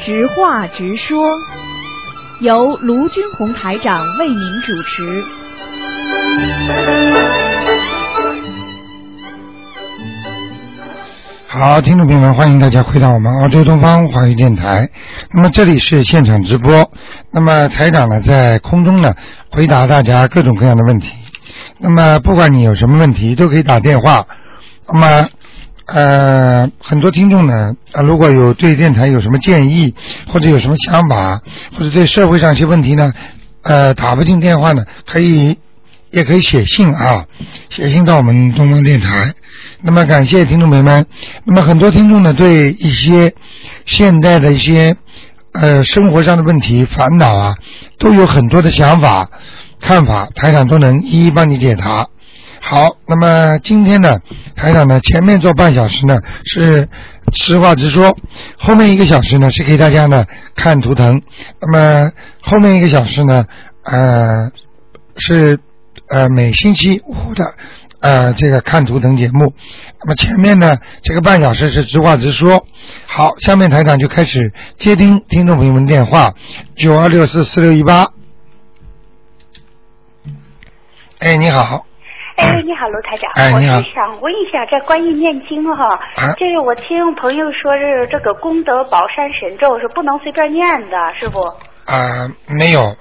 直话直说，由卢军红台长为您主持。好，听众朋友们，欢迎大家回到我们澳洲东方华语电台。那么这里是现场直播，那么台长呢在空中呢回答大家各种各样的问题。那么不管你有什么问题，都可以打电话。那么呃，很多听众呢，啊，如果有对电台有什么建议，或者有什么想法，或者对社会上一些问题呢，呃，打不进电话呢，可以也可以写信啊，写信到我们东方电台。那么感谢听众朋友们。那么很多听众呢，对一些现代的一些呃生活上的问题、烦恼啊，都有很多的想法、看法，台长都能一一帮你解答。好，那么今天呢，台长呢前面做半小时呢是实话直说，后面一个小时呢是给大家呢看图腾，那么后面一个小时呢，呃是呃每星期五的呃这个看图腾节目，那么前面呢这个半小时是直话直说。好，下面台长就开始接听听众朋友们电话，九二六四四六一八。哎，你好。哎，你好，卢台长，哎我你好是想问一下，这关于念经哈、啊这个我听朋友说是这个功德宝山神咒是不能随便念的，是不？啊、没有，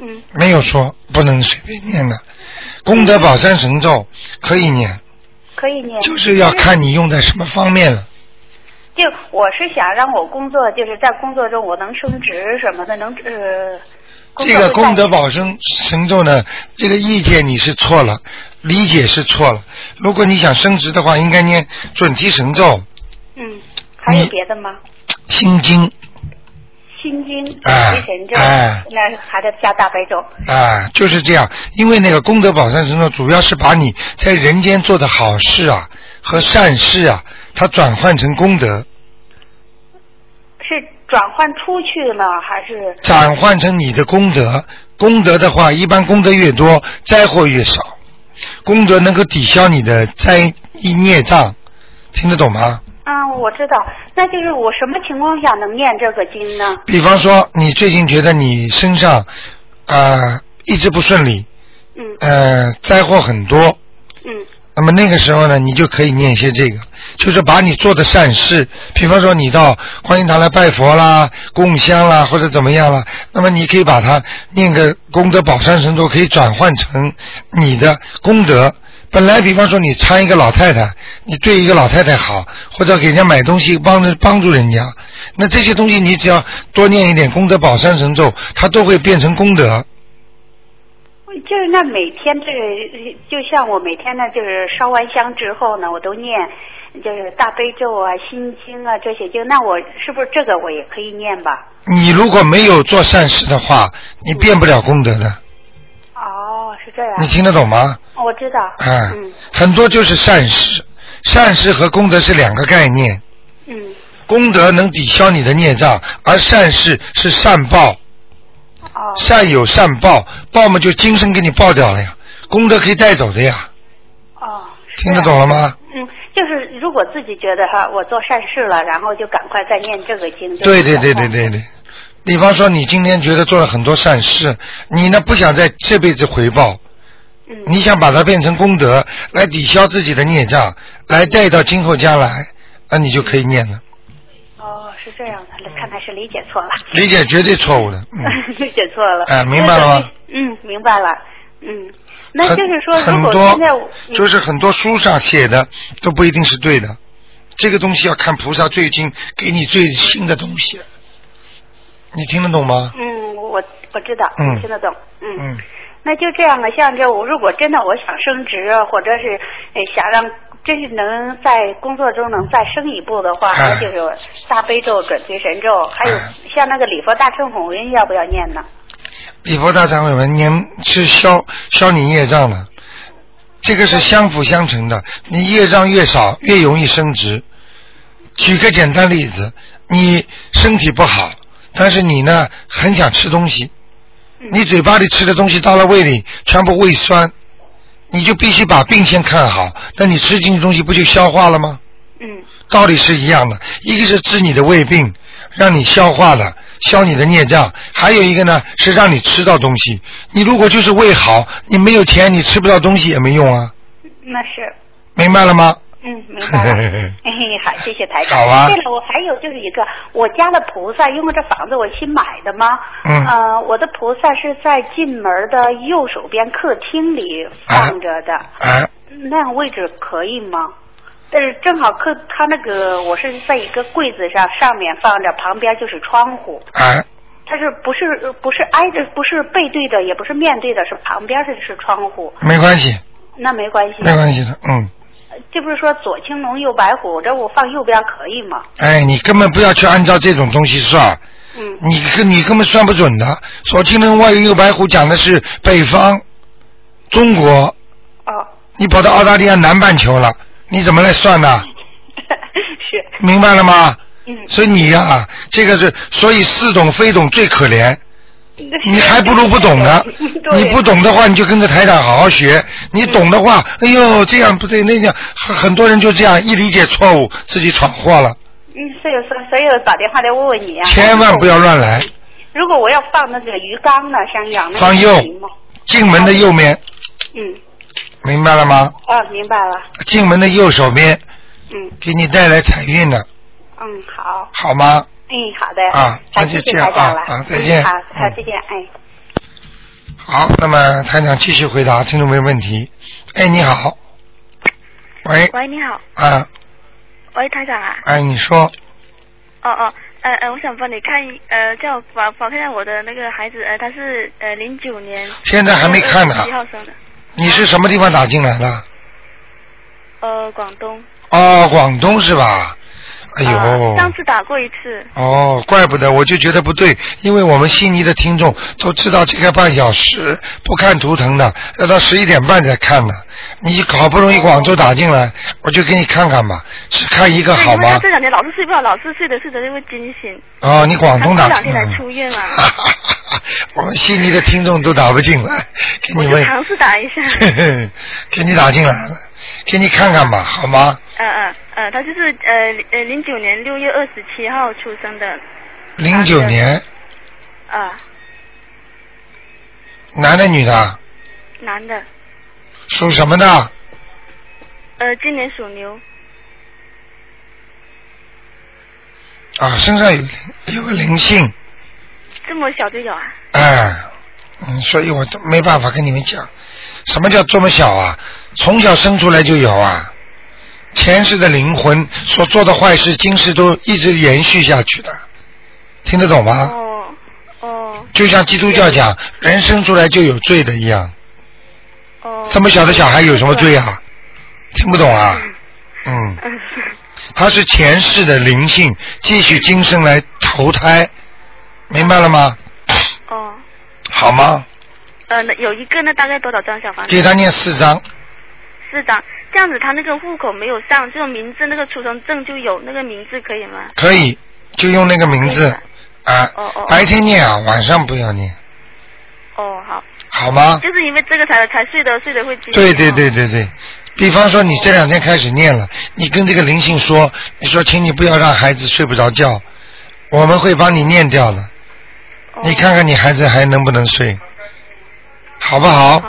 嗯，没有说不能随便念的。功德宝山神咒可以念，可以念。就是要看你用在什么方面了。就我是想让我工作，就是在工作中我能升职什么的，能呃。工这作个会功德带宝生神咒呢，这个意见你是错了，理解是错了。如果你想升职的话，应该念准提神咒、嗯，还有你别的吗？心经心经、哎准提神咒，哎那还得加大悲咒。啊，就是这样。因为那个功德宝山神咒主要是把你在人间做的好事啊和善事啊，它转换成功德。是转换出去呢，还是转换成你的功德。功德的话，一般功德越多，灾祸越少。功德能够抵消你的灾孽障，听得懂吗？啊，我知道，那就是我什么情况下能念这个经呢？比方说，你最近觉得你身上啊、呃一直不顺利，嗯呃，灾祸很多，嗯那么那个时候呢，你就可以念一些这个，就是把你做的善事，比方说你到观音堂来拜佛啦、供香啦，或者怎么样啦，那么你可以把它念个功德宝山神咒，可以转换成你的功德。本来比方说你搀一个老太太，你对一个老太太好，或者给人家买东西帮着帮助人家，那这些东西你只要多念一点功德宝山神咒，它都会变成功德。就是那每天这个，就像我每天呢，就是烧完香之后呢，我都念，就是大悲咒啊、心经啊这些经。那我是不是这个我也可以念吧？你如果没有做善事的话，你变不了功德的。哦，是这样哦你，听得懂吗？我知道。啊，嗯很多就是善事，善事和功德是两个概念。嗯，功德能抵消你的孽障，而善事是善报，哦善有善报，报嘛就今生给你报掉了呀。功德可以带走的呀，哦，是这听样得懂。了吗？嗯，就是如果自己觉得哈，我做善事了，然后就赶快再念这个经。就对对赶对对快对对。比方说，你今天觉得做了很多善事，你呢不想在这辈子回报，嗯，你想把它变成功德来抵消自己的孽障，来带到今后将来，那你就可以念了。哦，是这样的，看来是理解错了。理解绝对错误的。嗯。 理解错了。哎明白了吗？嗯，明白了。嗯，那很就是说，如很果多现在我嗯就是很多书上写的都不一定是对的，这个东西要看菩萨最近给你最新的东西，你听得懂吗？嗯，我我知道，嗯我听得懂。嗯嗯，那就这样了。啊像这我如果真的我想升职啊，或者是、呃、想让。真是能在工作中能再升一步的话，哎那就是大悲咒、准提神咒，还有哎像那个礼佛大忏悔文，要不要念呢？礼佛大忏悔文念是消消你业障的，这个是相辅相成的，你业障越少，越容易升职。举个简单例子，你身体不好，但是你呢很想吃东西，嗯你嘴巴里吃的东西到了胃里全部胃酸，你就必须把病先看好，那你吃进去的东西不就消化了吗？嗯道理是一样的，一个是治你的胃病，让你消化了，消你的孽障；还有一个呢是让你吃到东西。你如果就是胃好，你没有钱，你吃不到东西也没用啊，那是，明白了吗？嗯，明白 了。嘿嘿，好，谢谢台长。好啊对了，我还有就是一个，我家的菩萨，因为这房子我新买的嘛，嗯呃，我的菩萨是在进门的右手边客厅里放着的，哎，那样位置可以吗？但是正好客，他那个我是在一个柜子上，上面放着，旁边就是窗户，哎，它是不是不是挨着，不是背对的，也不是面对的，是旁边是是窗户，没关系，那没关系。没关系的，嗯。这不是说左青龙右白虎，这我放右边可以吗？哎，你根本不要去按照这种东西算，嗯，你根你根本算不准的。左青龙外右白虎讲的是北方中国，哦， 你跑到澳大利亚南半球了，你怎么来算呢？是，明白了吗？嗯，。所以你呀、这个是，所以似懂非懂最可怜，你还不 如不懂呢 对你不懂的话，你就跟着台长好好学；你懂的话，哎呦，这样不对，那样，很很多人就这样一理解错误，自己闯祸了，嗯，所以所所以我打电话来问问你啊，千万不要乱来。如果我要放那个鱼缸呢，想养那个放右行吗？进门的右面，嗯，明白了吗？哦，明白了，进门的右手边嗯给你带来财运的，嗯，好，好吗？哎，好的，啊好，那就谢谢这样台长了，啊啊再见嗯好，好嗯，再见，哎。好，那么台长继续回答听众朋友问题。哎，你好，喂，喂，你好，啊，喂，台长啊，哎，你说，哦哦，呃呃，我想帮你看一，呃，叫我帮帮我看一下我的那个孩子，呃，他是呃零九年，现在还没看呢几号生的？你是什么地方打进来的？呃，广东。哦，广东是吧？哎呦，呃上次打过一次。哦，怪不得，我就觉得不对，因为我们悉尼的听众都知道这个半小时不看图腾的，要到十一点半才看的。你好不容易广州打进来，我就给你看看吧，只看一个对，好因为他吗哎这？两天老是睡不好，老是睡着睡着就会惊醒。哦，你广东打他这进两来天才出院嘛 我们悉尼的听众都打不进来，给我你就们，尝试打一下。 给你打进来了，给你看看吧，好吗？嗯嗯嗯，他就是呃呃零九年六月二十七号出生的，零九年，啊、男的女的，男的，属什么的？呃，今年属牛，啊，身上有有个灵性。这么小就有啊？哎，嗯，所以我都没办法跟你们讲，什么叫这么小啊？从小生出来就有啊，前世的灵魂所做的坏事，今世都一直延续下去的，听得懂吗？哦哦就像基督教讲，人生出来就有罪的一样，哦。这么小的小孩有什么 罪啊？听不懂啊？嗯，嗯，他是前世的灵性，继续今生来投胎，明白了吗？哦，好吗？呃，那有一个那大概多少张小房子？给他念四张，四张。这样子他那个户口没有上，就名字那个出生证就有那个名字可以吗？可以，就用那个名字。可以的啊哦哦，白天念啊，晚上不要念，哦，好，好吗？就是因为这个才才睡的睡的会惊。对对对。对对，比方说你这两天开始念了，你跟这个灵性说，你说请你不要让孩子睡不着觉，我们会帮你念掉的，哦、你看看你孩子还能不能睡，好不好好？啊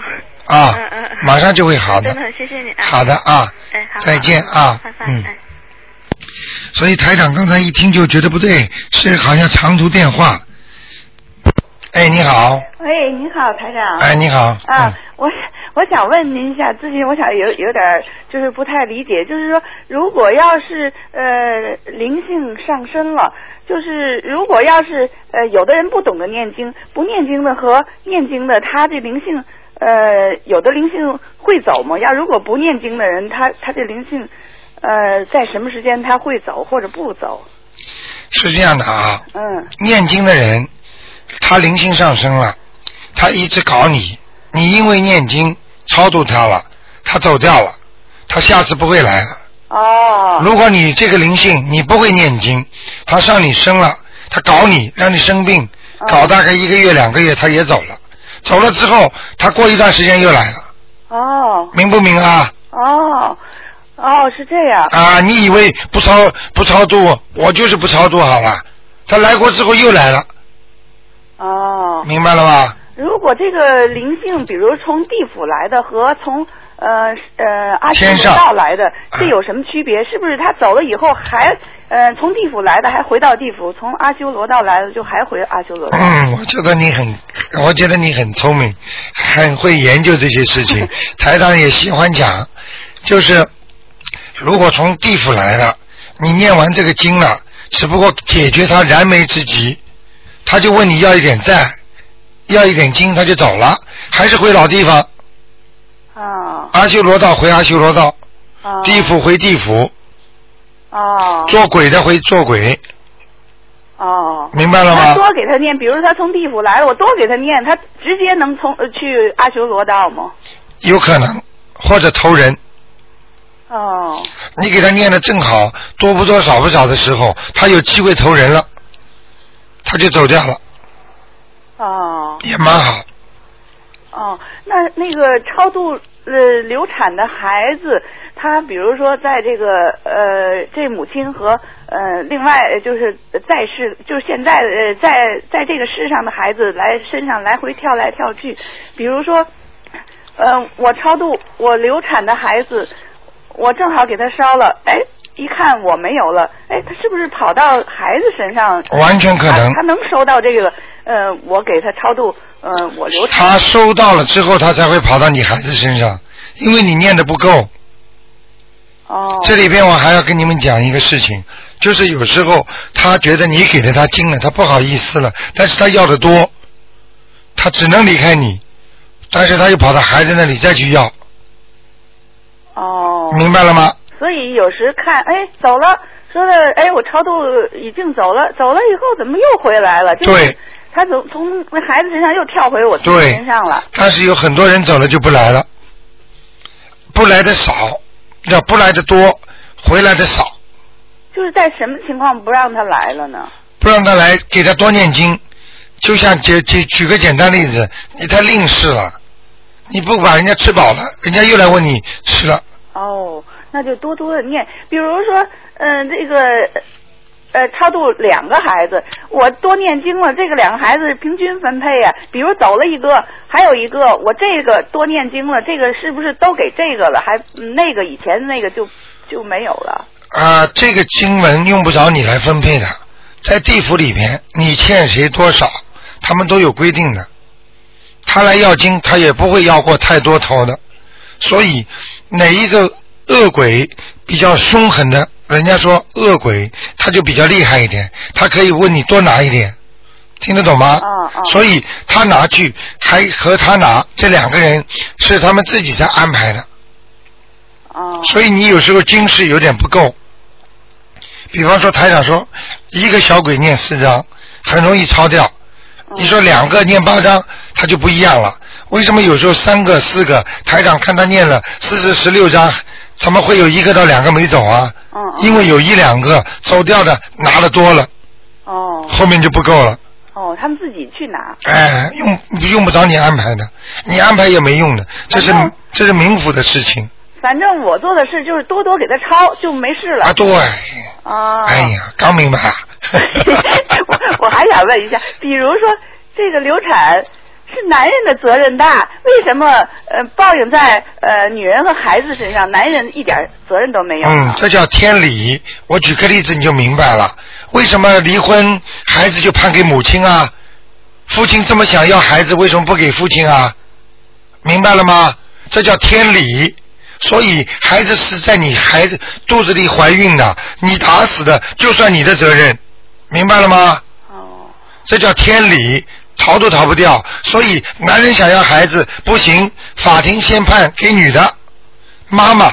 哦嗯嗯嗯，马上就会好真的的，很谢谢你啊。好的啊，哎，好。再见啊拜，拜。嗯。哎所以台长刚才一听就觉得不对，是好像长途电话。哎，你好，喂，你好，台长。哎，你好，啊嗯，，我我想问您一下，最近我想有有点儿就是不太理解，就是说，如果要是呃灵性上升了，就是如果要是呃有的人不懂得念经，不念经的和念经的，他这灵性呃有的灵性会走吗？要如果不念经的人，他他这灵性呃在什么时间他会走或者不走？是这样的啊，嗯念经的人，他灵性上升了，他一直搞你，你因为念经超度他了，他走掉了，他下次不会来了。哦如果你这个灵性你不会念经，他上你身了，他搞你，让你生病，啊搞大概一个月两个月，他也走了，走了之后，他过一段时间又来了，哦明不明啊？哦哦是这样。啊，你以为不超不超度，我就是不超度好了，他来过之后又来了，哦，明白了吧？如果这个灵性，比如从地府来的和从呃呃阿修天罗上道来的，这嗯有什么区别？是不是他走了以后还呃从地府来的还回到地府，从阿修罗道来的就还回阿修罗道？嗯，我觉得你很，我觉得你很聪明，很会研究这些事情。台长也喜欢讲，就是如果从地府来了，你念完这个经了，只不过解决他燃眉之急，他就问你要一点债，要一点经，他就走了，还是回老地方，啊阿修罗道回阿修罗道，啊地府回地府，哦做鬼的回做鬼，哦。明白了他吗？多给他念，比如他从地府来了，我多给他念，他直接能从呃去阿修罗道吗？有可能，或者投人。哦你给他念的正好，多不多少不少的时候，他有机会投人了，他就走掉了，哦也蛮好。哦，那那个超度呃流产的孩子，他比如说在这个呃这母亲和呃另外呃就是在世就是现在呃在在这个世上的孩子来身上来回跳来跳去，比如说呃我超度我流产的孩子，我正好给他烧了，哎一看我没有了，哎他是不是跑到孩子身上？完全哦可能啊他他能收到这个，呃，我给他超度，呃，我流产的他收到了之后，他才会跑到你孩子身上，因为你念的不够。哦，这里边我还要跟你们讲一个事情，就是有时候他觉得你给了他经了，他不好意思了，但是他要的多，他只能离开你，但是他又跑到孩子那里再去要，哦，明白了吗？所以有时看，哎，走了，说的，哎，我超度已经走了，走了以后怎么又回来了？就是对，他从从那孩子身上又跳回我自己对身上了。但是有很多人走了就不来了，不来的少，要不来的多，回来的少，就是在什么情况不让他来了呢？不让他来，给他多念经。就像举举举个简单例子，你太吝啬了，你不把人家吃饱了，人家又来问你吃了，哦，那就多多的念，比如说，嗯、这个。呃，超度两个孩子，我多念经了。这个两个孩子平均分配呀、比如走了一个，还有一个，我这个多念经了，这个是不是都给这个了？还嗯那个以前那个就就没有了。啊、这个经文用不着你来分配的，在地府里面，你欠谁多少，他们都有规定的。他来要经，他也不会要过太多头的。所以，哪一个恶鬼比较凶狠的，人家说恶鬼，他就比较厉害一点，他可以问你多拿一点，听得懂吗？嗯嗯所以他拿去，还和他拿，这两个人是他们自己在安排的。哦所以你有时候经是有点不够。比方说台长说，一个小鬼念四张，很容易超掉。你说两个念八张，他就不一样了。为什么有时候三个、四个台长看他念了四十、十六张，怎么会有一个到两个没走啊？嗯嗯因为有一两个走掉的拿的多了，哦后面就不够了。哦，他们自己去拿。哎，用用不着你安排的，你安排也没用的，这是反正这是冥府的事情反正我做的事就是多多给他抄，就没事了啊。。对，啊，哎呀，刚明白啊。 我 我还想问一下，比如说这个流产是男人的责任大，为什么呃报应在呃女人和孩子身上，男人一点责任都没有嗯，？呢这叫天理。我举个例子你就明白了，为什么离婚孩子就判给母亲啊？父亲这么想要孩子，为什么不给父亲啊？明白了吗？这叫天理。所以孩子是在你孩子肚子里怀孕的，你打死的就算你的责任，明白了吗？哦这叫天理，逃都逃不掉。所以男人想要孩子不行，法庭先判给女的，妈妈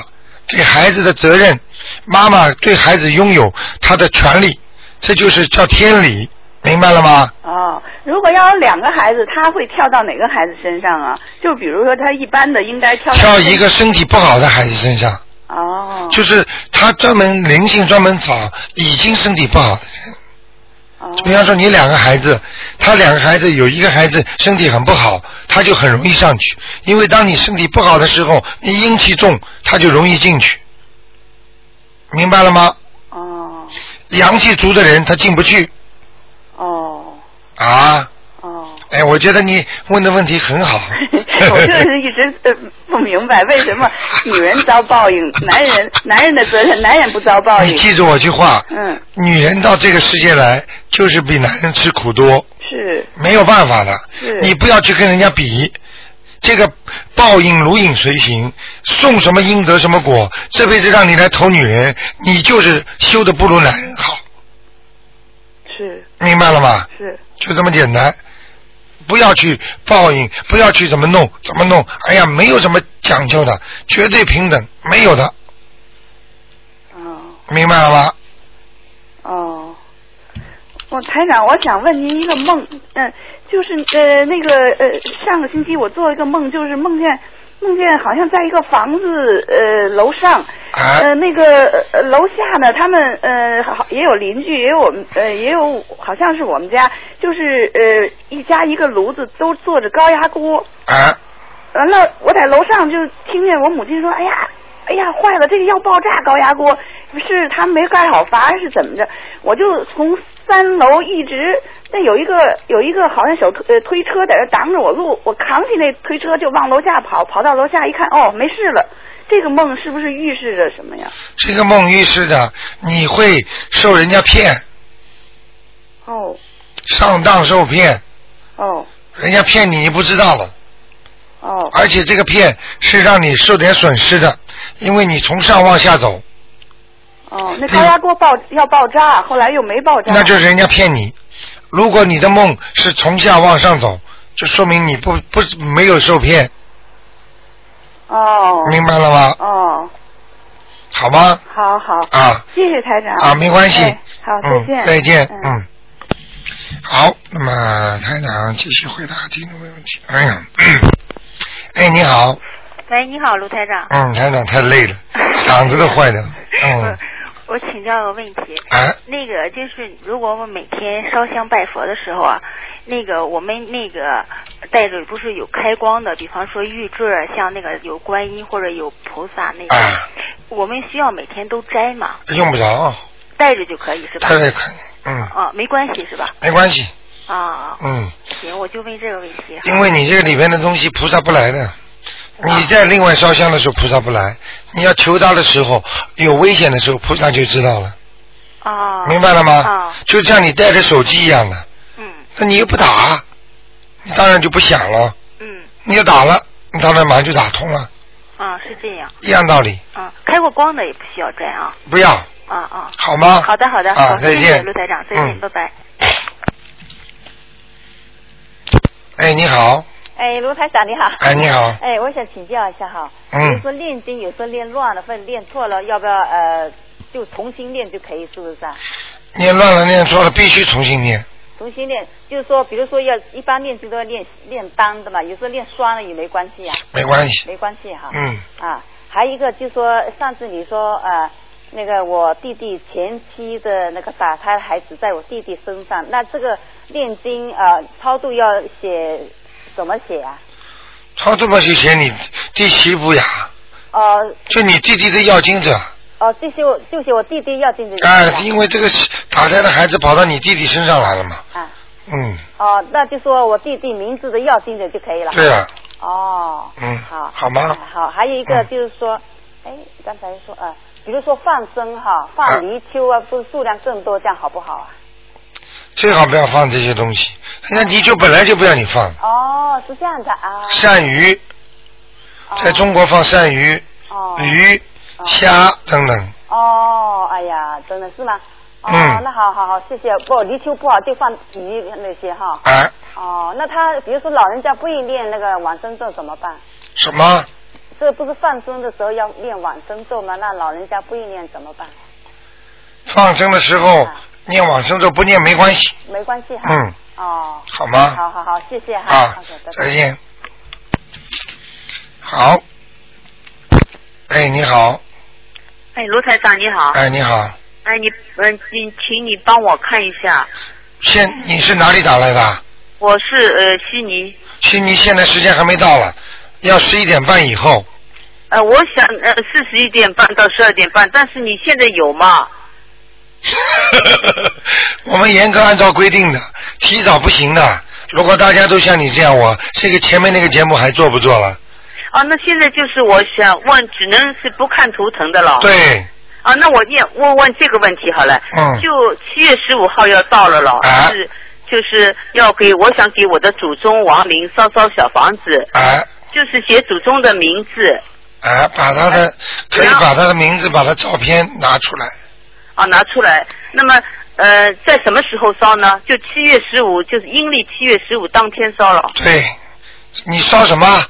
给孩子的责任，妈妈对孩子拥有她的权利，这就是叫天理，明白了吗？哦，如果要有两个孩子，他会跳到哪个孩子身上啊？就比如说他一般的应该跳到挑一个身体不好的孩子身上，哦，就是他专门灵性专门找已经身体不好的人。哦比方说你两个孩子，他两个孩子有一个孩子身体很不好，他就很容易上去，因为当你身体不好的时候，你阴气重，他就容易进去，明白了吗？哦阳气足的人他进不去，啊，哦，。哎，我觉得你问的问题很好 我就是一直呃不明白为什么女人遭报应，男人男人的责任，男人不遭报 你应。记住我句话，嗯，女人到这个世界来就是比男人吃苦多，是没有办法的是。你不要去跟人家比，这个报应如影随形，送什么因得什么果。这辈子让你来投女人，你就是修的不如男人好，是明白了吗？是，就这么简单。不要去报应，不要去怎么弄怎么弄，哎呀，没有什么讲究的，绝对平等，没有的，哦明白了吗？哦。我台长，我想问您一个梦，嗯、就是呃那个呃上个星期我做一个梦，就是梦见梦见好像在一个房子呃楼上，啊呃，那个呃楼下呢，他们呃好也有邻居，也有我们呃也有好像是我们家，就是呃一家一个炉子都做着高压锅。啊，完了，呃我在楼上就听见我母亲说：“哎呀，哎呀，坏了，这个要爆炸高压锅，是他没盖好阀是怎么着？”我就从三楼一直那有一个有一个好像小推呃推车在那挡着我路，我扛起那推车就往楼下跑，跑到楼下一看，哦，没事了。这个梦是不是预示着什么呀？这个梦预示着你会受人家骗，哦上当受骗，哦人家骗你你不知道了，哦而且这个骗是让你受点损失的，因为你从上往下走，哦，那高压锅爆要爆炸，后来又没爆炸。那就是人家骗你。如果你的梦是从下往上走，就说明你不不没有受骗，哦明白了吗？哦，好吗？好好，啊谢谢台长啊，没关系。哎好，再见嗯、再见，嗯。好，那么台长继续回答听众朋友问题。哎呀，哎，你好，喂，你好，卢台长。嗯，台长太累了，嗓子都坏掉了。 嗯，我请教个问题，哎，那个就是如果我每天烧香拜佛的时候啊，那个我们那个袋子不是有开光的，比方说玉坠儿，像那个有观音或者有菩萨那个，啊我们需要每天都摘嘛，用不着，啊带着就可以是吧太？累可以，嗯，啊，没关系是吧？没关系，啊，嗯，行，我就问这个问题。因为你这个里边的东西菩萨不来啊的。你在另外烧香的时候，菩萨不来；你要求他的时候，有危险的时候，菩萨就知道了，啊，明白了吗啊？，就像你带着手机一样的，嗯那你又不打，你当然就不响了。嗯你要打了，你当然马上就打通了，啊，是这样一样道理。啊，开过光的也不需要摘啊不要，啊啊。好吗？好的好的，啊，好，再谢谢见，卢台长，再见，嗯拜拜。哎，你好，哎，卢台长你好。哎，你好，哎，我想请教一下哈，嗯比如说念经有时候念乱了或者念错了，要不要呃就重新念就可以，是不是啊？念乱了，念错了，必须重新念。重新念，就是说，比如说要一般念经都要念念单的嘛，有时候念双了也没关系啊，没关系，没关系哈。嗯，啊，还有一个就是说上次你说呃那个我弟弟前妻的那个打胎的孩子在我弟弟身上，那这个念经呃超度要写怎么写啊？超这么就写你第七步呀，哦、就你弟弟的要经者，哦，这些我就是我弟弟要进这个哎是，吧因为这个打胎的孩子跑到你弟弟身上来了嘛，啊，嗯，哦，那就说我弟弟名字的要进的就可以了。对。了，哦，嗯啊好，好吗哎好，还有一个嗯就是说，哎、刚才说啊、呃比如说放生哈，放泥鳅啊，不是数量更多，这样好不好啊？最好不要放这些东西，人家泥鳅本来就不让你放，哦，是这样的啊。鳝鱼哦在中国放鳝鱼、哦鱼、虾等等，哦，哎呀，真的是吗？哦，嗯那好好好，谢谢。不，泥鳅不好，就放鱼那些哈。哎，哦，那他比如说老人家不愿意练那个往生咒怎么办？什么？这不是放生的时候要念往生咒吗？那老人家不愿意念怎么办？放生的时候啊念往生咒不念没关系，没关系哈。嗯，哦。好吗？好好好，谢谢哈。啊好的，拜拜再见。好，哎，你好，哎，罗台长你好，哎，你好，哎你嗯，你请你帮我看一下，现你是哪里打来的？我是呃悉尼，悉尼现在时间还没到了，要十一点半以后。 呃我想呃是十一点半到十二点半，但是你现在有吗？我们严格按照规定的，提早不行的。如果大家都像你这样，我这个前面那个节目还做不做了？啊，那现在就是我想问，只能是不看图腾的了。。对，啊，那我也问问这个问题好了。嗯就七月十五号要到了了，啊是就是要给我想给我的祖宗亡灵烧烧小房子，哎就是写祖宗的名字哎，把他的可以把他的名字、把他照片拿出来。啊拿出来。那么呃，在什么时候烧呢？就七月十五，就是阴历七月十五当天烧了，对，你烧什么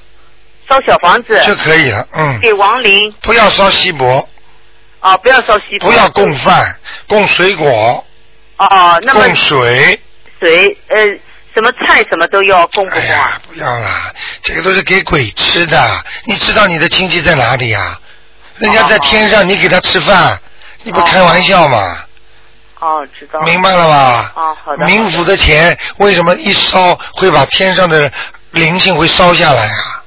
烧小房子就可以了。嗯，给亡灵不要烧锡箔，啊，不要烧西不要供饭、供水果、哦、啊，那么供水。水呃什么菜什么都要供不哎供啊呀？，不要啦，这个都是给鬼吃的。你知道你的亲戚在哪里呀、啊人家在天上，你给他吃饭，你不开玩笑吗？哦，知道了。明白了吧？哦好的冥府的钱为什么一烧会把天上的灵性会烧下来啊？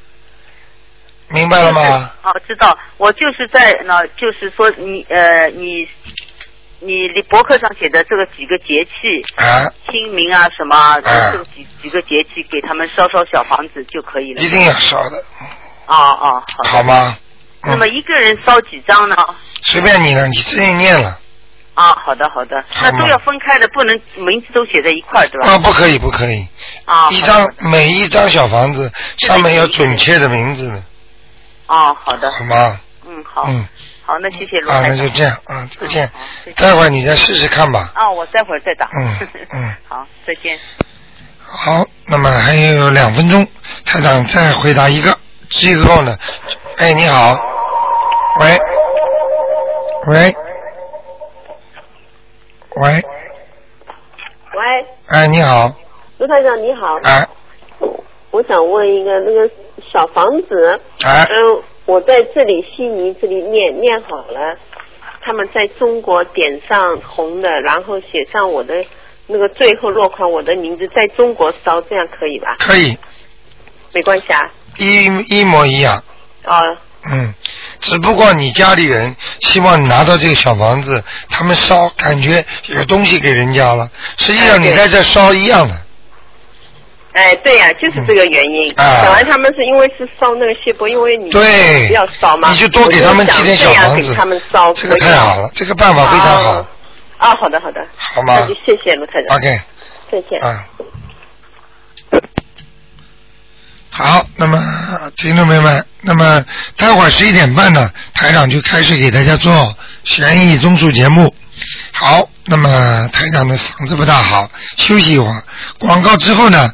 明白了吗？哦，知道，我就是在那，就是说你呃你你你博客上写的这个几个节气，啊，清明啊什么啊，就啊这个几几个节气给他们烧烧小房子就可以了一。定要烧的，哦哦，好的。好吗？那么嗯，一个人烧几张呢？随便你了，你自己念了啊，好的好的，好那吗都要分开的，不能名字都写在一块儿，对吧？啊？不可以，不可以，啊，一好的张好的每一张小房子上面有准确的名字，哦，好的，好吗？嗯，好，嗯，好，那谢谢卢啊，台那长就这样啊，再见嗯好好再见，待会儿你再试试看吧。啊，我待会儿再打。 嗯嗯好，再见。好，那么还有两分钟，台长再回答一个，之后呢，哎，你好，喂，喂，喂，喂，哎，你好，卢台长你好，哎，我想问一个那个小房子，哎，嗯，我在这里悉尼这里念念好了，他们在中国点上红的，然后写上我的那个最后落款我的名字，在中国烧，这样可以吧？可以，没关系啊，一一模一样，哦，嗯，只不过你家里人希望你拿到这个小房子，他们烧感觉有东西给人家了，实际上你在这烧一样的，嗯哎，对呀、就是这个原因。嗯啊本来他们是因为是烧那个锡箔，因为你对不要烧嘛，你就多给他们几我就间想小房这子样给他们烧，这个太好了，这个办法非常好哦，啊，好的好的，好吗那就谢谢卢台长， ？OK。再见。啊。好，那么听众朋友们，那么待会儿十一点半呢，台长就开始给大家做悬疑综述节目。好，那么台长的嗓子不大好，休息一会儿。广告之后呢，